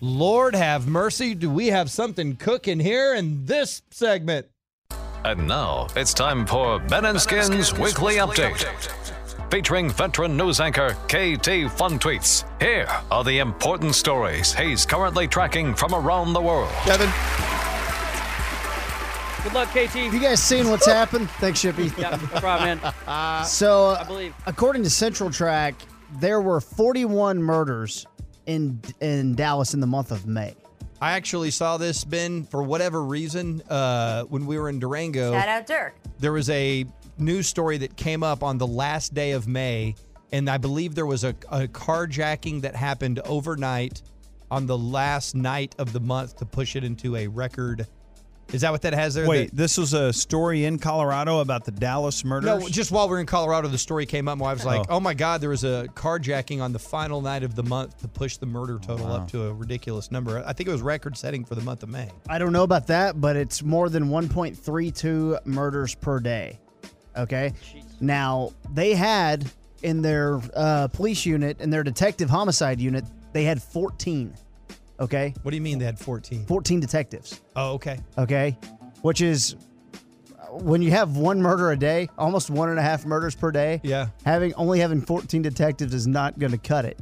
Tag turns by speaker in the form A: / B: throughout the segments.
A: Lord have mercy, do we have something cooking here in this segment?
B: And now it's time for Ben and Skin's weekly update. Featuring veteran news anchor KT Fun Tweets. Here are the important stories he's currently tracking from around the world.
C: Kevin,
D: Good luck, KT.
E: You guys seen what's happened? Thanks, Shippy.
D: Yeah, no problem, man.
E: So, uh, I
D: believe.
E: according to Central Track, there were 41 murders in in Dallas in the month of May.
C: I actually saw this, Ben, for whatever reason, uh, when we were in Durango.
F: Shout out Dirk.
C: there was a news story that came up on the last day of May, and I believe there was a, a carjacking that happened overnight on the last night of the month to push it into a record. Is that what that has there?
G: Wait,
C: That-
G: this was a story in Colorado about the Dallas murders.
C: no, just while we are in Colorado, the story came up. And I was like, oh. my God, there was a carjacking on the final night of the month to push the murder total up to a ridiculous number. I think it was record setting for the month of May.
E: I don't know about that, but it's more than 1.32 murders per day. Okay. Now, they had in their uh, police unit, in their detective homicide unit, they had 14. Okay.
C: What do you mean they had 14?
E: 14 detectives.
C: Oh, okay.
E: Okay. Which is uh, when you have one murder a day, almost one and a half murders per day.
C: Yeah.
E: Having only having 14 detectives is not going to cut it.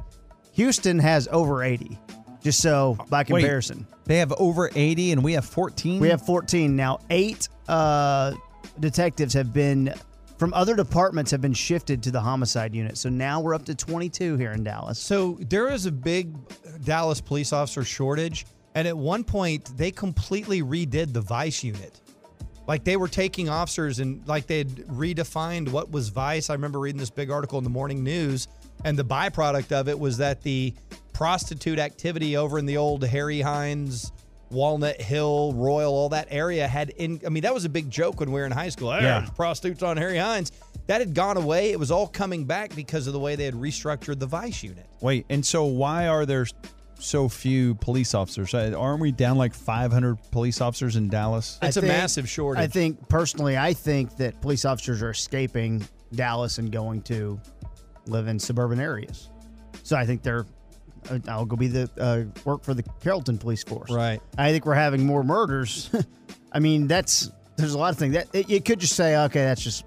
E: Houston has over 80. Just so by comparison.
A: They have over 80 and we have 14.
E: We have 14 now. Eight uh, detectives have been from other departments have been shifted to the homicide unit. So now we're up to 22 here in Dallas.
C: So there is a big Dallas police officer shortage, and at one point they completely redid the Vice unit. Like they were taking officers and like they'd redefined what was Vice. I remember reading this big article in the morning news, and the byproduct of it was that the prostitute activity over in the old Harry Hines, Walnut Hill, Royal, all that area had in. I mean, that was a big joke when we were in high school. Hey,
G: Yeah.
C: there's prostitutes on Harry Hines. That had gone away. It was all coming back because of the way they had restructured the Vice unit.
G: Wait, and so why are there so few police officers? Uh, Aren't we down like 500 police officers in Dallas?
C: It's
E: a
C: a massive shortage.
E: I think personally, I think that police officers are escaping Dallas and going to live in suburban areas. So I think they're. uh, I'll go be the uh, work for the Carrollton Police Force.
C: Right.
E: I think we're having more murders. I mean, that's there's a lot of things that it, it could just say, okay, that's just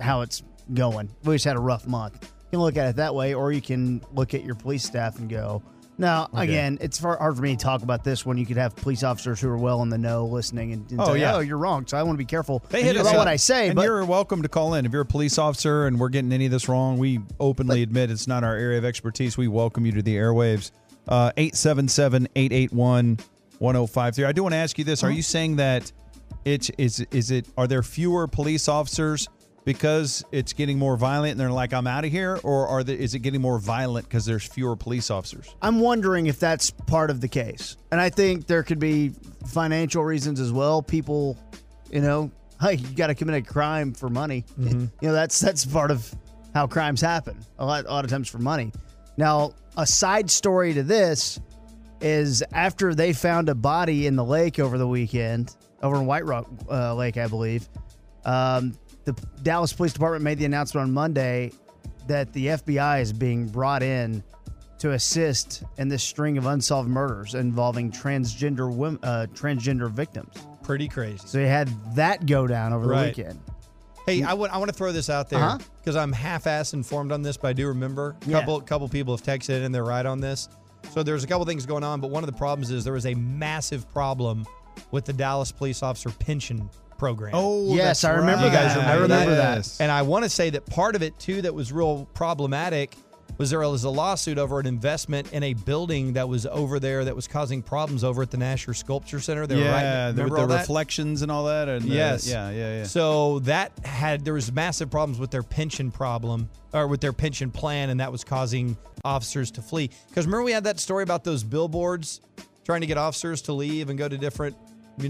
E: how it's going. We just had a rough month. You can look at it that way, or you can look at your police staff and go. Now, again, it's far, hard for me to talk about this when you could have police officers who are well in the know listening and, and
G: Oh,
E: say,
G: yeah.
E: oh, you're wrong. So I want to be careful
C: They hit us
E: about
C: up.
E: what I say.
G: and
E: but
G: you're welcome to call in if you're a police officer and we're getting any of this wrong. We openly admit it's not our area of expertise. We welcome you to the airwaves. Uh, 877 881 1053. I do want to ask you this. Are you saying that it's is is it are there fewer police officers because it's getting more violent and they're like I'm out of here or are there, is it getting more violent because there's fewer police officers?
E: I'm wondering if that's part of the case. And I think there could be financial reasons as well. People, you know, hey, you got to commit a crime for money. You know, that's that's part of how crimes happen. A lot, a lot of times for money. Now, a side story to this is after they found a body in the lake over the weekend, over in White Rock uh, Lake, I believe. Um, the Dallas Police Department made the announcement on Monday that the FBI is being brought in to assist in this string of unsolved murders involving transgender women, uh, transgender victims.
C: Pretty crazy.
E: So you had that go down over
C: Right.
E: the weekend.
C: Hey, I want I want to throw this out there
E: Uh-huh.
C: because I'm half-ass informed on this, but I do remember a
E: Yeah.
C: couple couple people have texted in and they're right on this. So there's a couple things going on, but one of the problems is there was a massive problem with the Dallas police officer pension program.
E: Oh, yes, I remember
C: You guys
E: that. I
C: remember that?
E: remember that.
G: oh, Yes.
C: And I want to say that part of it too that was real problematic was there was a lawsuit over an investment in a building that was over there that was causing problems over at the Nasher Sculpture Center. They were
G: yeah,
C: right.
G: the-
C: Remember
G: with
C: all
G: the
C: that?
G: reflections and all that and the-
C: Yes.
G: yeah, yeah, yeah.
C: So that had there was massive problems with their pension problem or with their pension plan, and that was causing officers to flee. Because remember we had that story about those billboards trying to get officers to leave and go to different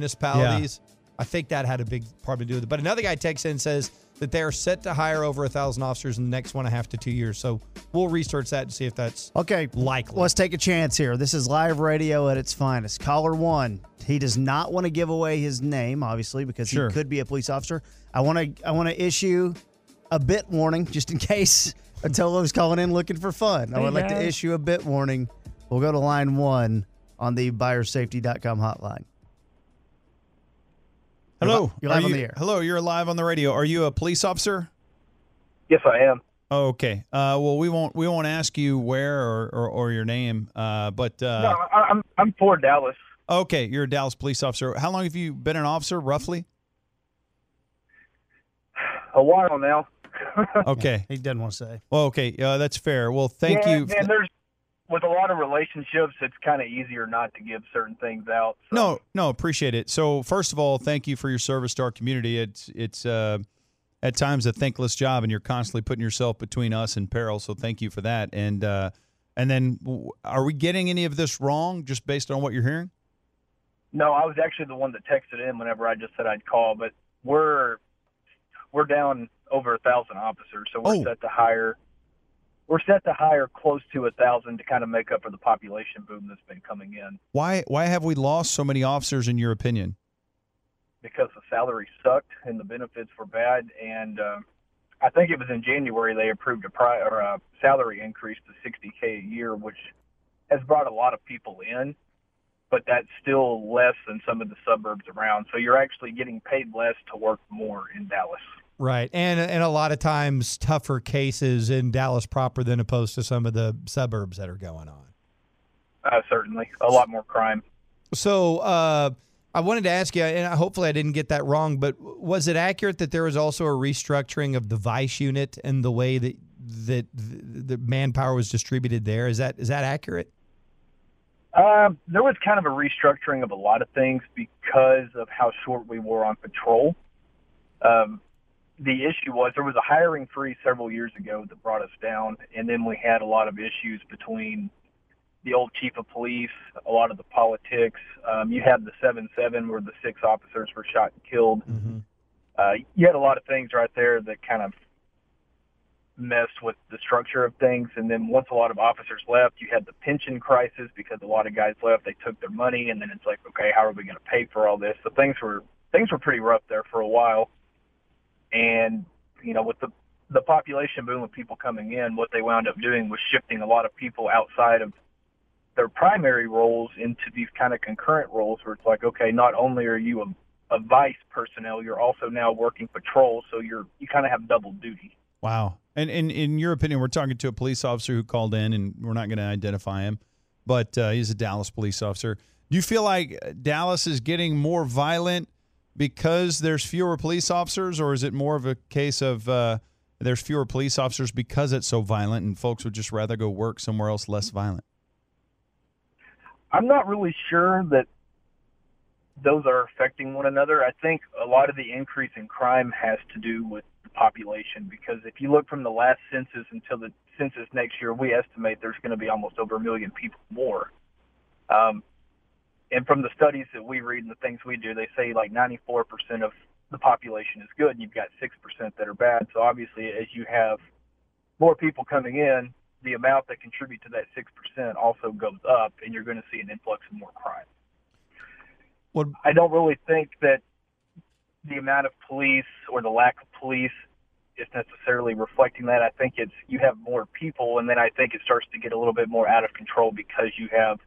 C: municipalities. I think that had a big part to do with it. But another guy texts in and says that they are set to hire over a thousand officers in the next one and a half to two years. So we'll research that and see if that's
E: Okay.
C: likely.
E: Let's take a chance here. This is live radio at its finest. Caller one. He does not want to give away his name, obviously, because
G: Sure.
E: he could be a police officer. I want to. I want to issue a bit warning, just in case Atolo's calling in looking for fun. I would like to issue a bit warning. We'll go to line one on the buyersafety.com hotline.
G: Hello.
E: You're
G: Are
E: live on
G: you-
E: the air.
G: Hello, you're live on the radio. Are you a police officer?
F: Yes, I am.
G: Okay. Uh, well, we won't we won't ask you where or, or, or your name, uh, but uh,
F: No, I, I'm I'm for Dallas.
G: okay, you're a Dallas police officer. How long have you been an officer, roughly?
F: A while now.
G: Okay.
E: He doesn't want to say.
G: Well, okay. Uh, that's fair. Well, thank
F: Yeah,
G: you.
F: Man, there's with a lot of relationships, it's kind of easier not to give certain things out. So.
G: No, no, appreciate it. So, first of all, thank you for your service to our community. It's it's uh, at times a thankless job, and you're constantly putting yourself between us and peril. So, thank you for that. And uh, and then, w- are we getting any of this wrong just based on what you're hearing?
F: No, I was actually the one that texted in whenever I just said I'd call, but we're we're down over a thousand officers, so we're
G: Oh.
F: set to hire. We're set to hire close to a thousand to kind of make up for the population boom that's been coming in
G: Why why have we lost so many officers? In your opinion?
F: because the salary sucked and the benefits were bad. And uh, I think it was in January they approved a pri- or a salary increase to 60k a year, which has brought a lot of people in, but that's still less than some of the suburbs around. So you're actually getting paid less to work more in Dallas.
C: Right, and and a lot of times tougher cases in Dallas proper than opposed to some of the suburbs that are going on.
F: Uh, certainly, a lot more crime.
C: So uh, I wanted to ask you, and I- hopefully I didn't get that wrong, but was it accurate that there was also a restructuring of the vice unit and the way that that the the manpower was distributed there? Is that is that accurate?
F: Um, there was kind of a restructuring of a lot of things because of how short we were on patrol. Um, the issue was there was a hiring freeze several years ago that brought us down, and then we had a lot of issues between the old chief of police, a lot of the politics. Um, you had the seven seven where the six officers were shot and killed. Uh, you had a lot of things right there that kind of messed with the structure of things. And then once a lot of officers left, you had the pension crisis because a lot of guys left. They took their money, and then it's like, okay, how are we going to pay for all this? So things were things were pretty rough there for a while. And you know, with the the population boom of people coming in, what they wound up doing was shifting a lot of people outside of their primary roles into these kind of concurrent roles where it's like, okay, not only are you a, a vice personnel, you're also now working patrol, so you're you kind of have double duty.
G: Wow. And, and in your opinion, we're talking to a police officer who called in, and we're not going to identify him, but uh, he's a Dallas police officer. Do you feel like uh, Dallas is getting more violent because there's fewer police officers, or is it more of a case of uh, there's fewer police officers because it's so violent and folks would just rather go work somewhere else less violent?
F: I'm not really sure that those are affecting one another. I think a lot of the increase in crime has to do with the population because if you look from the last census until the census next year, we estimate there's going to be almost over a million people more. Um, and from the studies that we read and the things we do, they say like 94% of the population is good and you've got 6% that are bad. So obviously, as you have more people coming in, the amount that contribute to that 6% also goes up, and you're going to see an influx of more crime.
C: What
F: I don't really think that the amount of police or the lack of police is necessarily reflecting that. I think it's you have more people, and then I think it starts to get a little bit more out of control because you have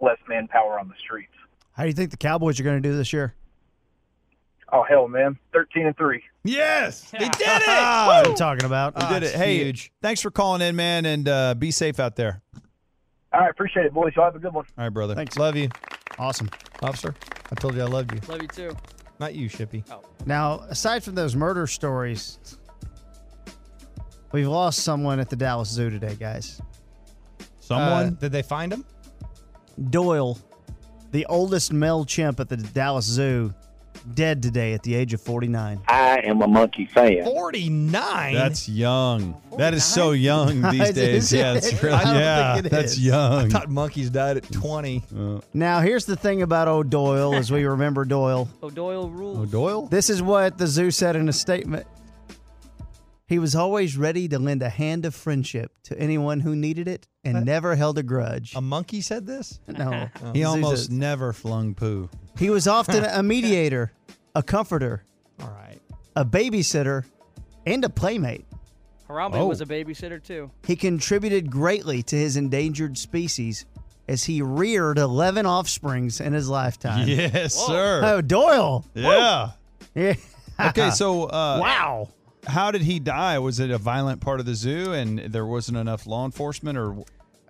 F: less manpower on the streets.
E: How do you think the Cowboys are going to do this year?
F: Oh hell, man, thirteen and three.
G: Yes, they did
E: Ah,
G: it.
E: what I'm talking about. Uh,
G: They did it. Hey, thanks for calling in, man, and uh, be safe out there.
F: All right, appreciate it, boys. Y'all have a good one.
G: All right, brother.
E: Thanks.
C: Love you,
E: Awesome.
C: officer. I told you I loved you.
D: Love you too.
C: Not you, Shippy.
E: Now, aside from those murder stories, we've lost someone at the Dallas Zoo today, guys.
C: Uh, did they find him?
E: Doyle, the oldest male chimp at the Dallas Zoo, dead today at the age of 49.
H: I am a monkey fan.
C: 49?
G: That's young. That is so young these
E: Oh, Is
G: days.
E: it?
G: Yeah, it's really,
E: I don't
G: yeah,
E: think it
G: that's
E: is.
G: young.
C: thought monkeys died at 20.
E: Now, here's the thing about O'Doyle, as we remember Doyle.
D: O'Doyle rules.
G: Doyle?
E: This is what the zoo said in a statement. He was always ready to lend a hand of friendship to anyone who needed it and never held a grudge.
C: A monkey said this?
E: no.
G: Um, He
E: Zoo
G: almost
E: says-
G: never flung poo.
E: He was often a mediator, a comforter,
C: All right.
E: a babysitter, and a playmate.
D: Harambe
G: Oh.
D: was a babysitter too.
E: He contributed greatly to his endangered species as he reared 11 offsprings in his lifetime.
G: Yes,
D: Whoa.
G: sir.
E: Oh, Doyle.
G: Yeah.
E: Yeah.
G: Okay, so uh,
E: Wow.
G: how did he die? Was it a violent part of the zoo and there wasn't enough law enforcement or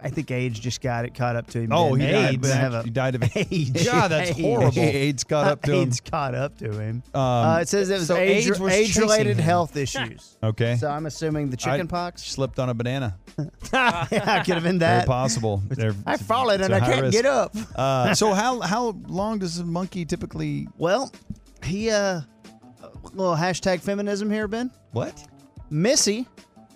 E: I think age just got it caught up to him.
G: Oh, he
E: didn't it?
G: died,
E: Didn't have a-
G: he died of
E: AIDS.
G: God, that's
E: AIDS.
G: horrible. AIDS got up to him.
E: AIDS caught up to him. uh, it says it was
G: so
E: age,
G: AIDS was
E: age-related
G: chasing him.
E: health issues.
G: Okay.
E: So I'm assuming the chicken
G: I
E: pox.
G: Slipped on a banana.
E: yeah, could have been
G: Very
E: that.
G: possible. They're-
E: I've fallen
G: it's
E: and Uh,
G: a
E: I
G: high
E: can't
G: risk.
E: get up.
G: Uh, so how how long does a monkey typically
E: Well, he uh, little hashtag feminism here, Ben.
G: what?
E: Missy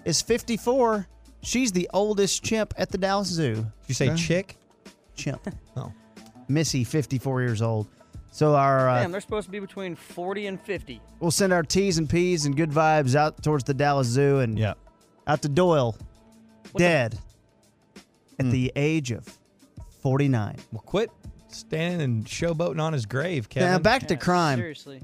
E: is 54. She's the oldest chimp at the Dallas Zoo.
C: Did you say chick?
E: Chimp.
C: Oh.
E: Missy, 54 years old. So our uh,
D: Damn, they're supposed to be between 40 and 50.
E: we'll send our T's and P's and good vibes out towards the Dallas Zoo and
G: Yeah.
E: out to Doyle, dead at the
G: Hmm.
E: age of 49.
C: Well, quit standing and showboating on his grave, Kevin.
E: Now back to
D: Yeah,
E: crime.
D: Seriously.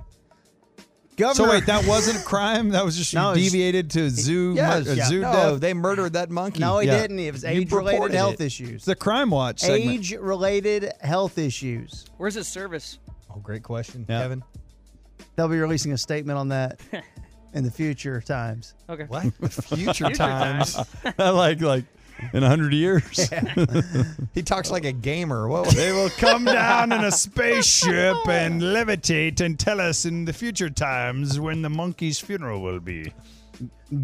E: Governor,
G: So wait, that wasn't a crime. That was just you
E: No, it's-
G: deviated to zoo
C: Yeah,
G: mur-
E: yeah.
G: zoo
C: no,
G: death.
C: they murdered that monkey.
E: no, he
G: Yeah.
E: didn't. It was
C: You
E: age-related
C: reported
E: health
C: it.
G: It's
E: issues.
G: the crime watch segment.
E: Age-related health issues.
D: Where's his service?
C: Oh, great question,
G: Yeah.
C: Kevin.
E: They'll be releasing a statement on that in the future times.
D: Okay.
C: What? Future times.
D: times.
G: like like in a hundred years.
C: He talks like a gamer. What was
G: They will come down in a spaceship and levitate and tell us in the future times when the monkey's funeral will be.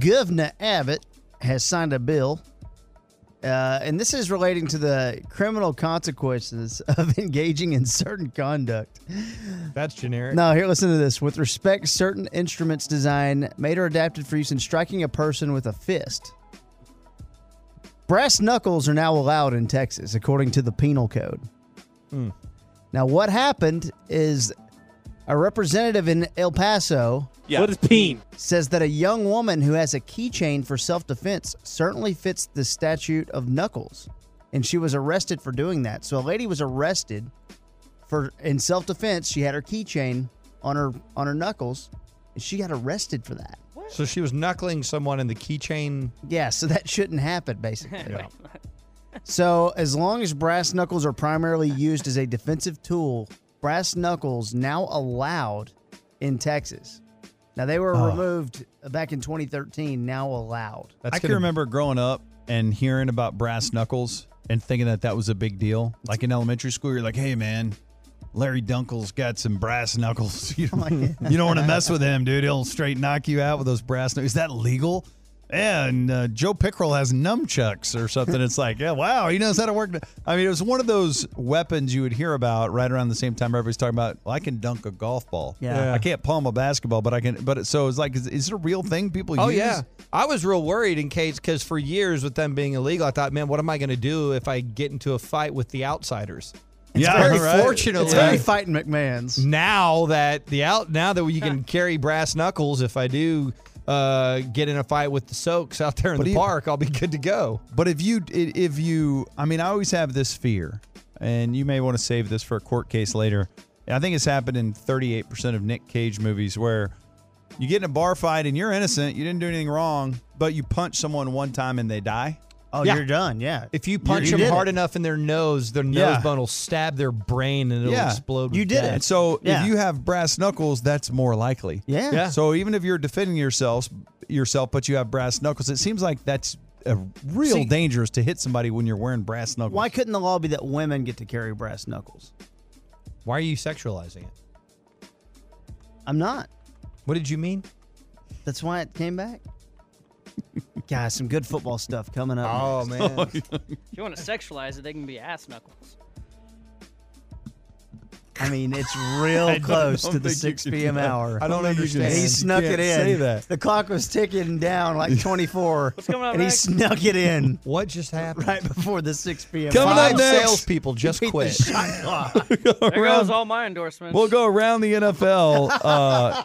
E: Governor Abbott has signed a bill, uh, and this is relating to the criminal consequences of engaging in certain conduct.
C: That's generic.
E: No, here, listen to this. With respect, certain instruments designed, made, or adapted for use in striking a person with a fist. Brass knuckles are now allowed in Texas, according to the penal code. Now, what happened is a representative in El Paso
H: What is peen?
E: says that a young woman who has a keychain for self defense certainly fits the statute of knuckles. And she was arrested for doing that. So a lady was arrested for in self defense, she had her keychain on her on her knuckles. And she got arrested for that.
C: So she was knuckling someone in the keychain.
E: Yeah, so that shouldn't happen, basically. so as long as brass knuckles are primarily used as a defensive tool, brass knuckles now allowed in Texas. Now they were removed back in 2013. Now allowed.
C: That's
G: I can
C: gonna-
G: remember growing up and hearing about brass knuckles and thinking that that was a big deal. Like in elementary school, you're like, hey, man, Larry Dunkel's got some brass knuckles.
C: Oh
G: You don't, you don't want to mess with him, dude. He'll straight knock you out with those brass knuckles. Is that legal? Yeah, and uh, Joe Pickrell has nunchucks or something. It's like, yeah, wow, he knows how to work. I mean, it was one of those weapons you would hear about right around the same time everybody's talking about. Well, I can dunk a golf ball.
E: Yeah.
G: I can't palm a basketball, but I can. But it, so it's like, is, is it a real thing people
C: Oh
G: use?
C: yeah, I was real worried in case because for years with them being illegal, I thought, man, what am I going to do if I get into a fight with the outsiders?
G: yeah.
C: Very
G: right.
C: fortunately,
E: It's very fighting McMahon's.
C: now that the out now that you can carry brass knuckles, if I do uh, get in a fight with the Soaks out there in
G: But
C: the
G: you-
C: park, I'll be good to go.
G: But if you, i- if you, I mean, I always have this fear, and you may want to save this for a court case later. I think it's happened in 38% of Nick Cage movies where you get in a bar fight and you're innocent, you didn't do anything wrong, but you punch someone one time and they die.
E: Oh,
C: Yeah.
E: you're done. Yeah.
C: If you punch
E: you
C: them
E: did
C: hard
E: it.
C: enough in their nose, their
G: Yeah.
C: nose bone will stab their brain and it'll
G: Yeah.
C: explode.
E: You
C: with
E: did
C: death.
E: it.
G: And so
E: Yeah.
G: if you have brass knuckles, that's more likely.
E: yeah.
C: Yeah.
G: So even if you're defending yourself, yourself, but you have brass knuckles, it seems like that's a real
C: See-
G: dangerous to hit somebody when you're wearing brass knuckles.
E: Why couldn't the law be that women get to carry brass knuckles?
C: Why are you sexualizing it?
E: I'm not.
C: What did you mean?
E: That's why it came back. Guys, some good football stuff coming up.
C: Oh man,
D: If you want to sexualize it, they can be ass knuckles.
E: I mean, it's real close to
G: think
E: the
G: you
E: 6
G: can-
E: p.m. hour.
G: I don't
E: And
G: understand.
E: He
G: You
E: snuck
G: can't
E: it in.
G: say that.
E: The clock was ticking down like 24. What's
D: coming up
E: And
D: next?
E: he snuck it in
I: What just happened?
E: right before the 6 p.m.
G: Coming
E: hour.
G: up
I: Five
G: next.
I: salespeople just
E: Beat the
I: quit.
E: shot clock.
D: There goes all my endorsements.
G: We'll go around the NFL. Uh,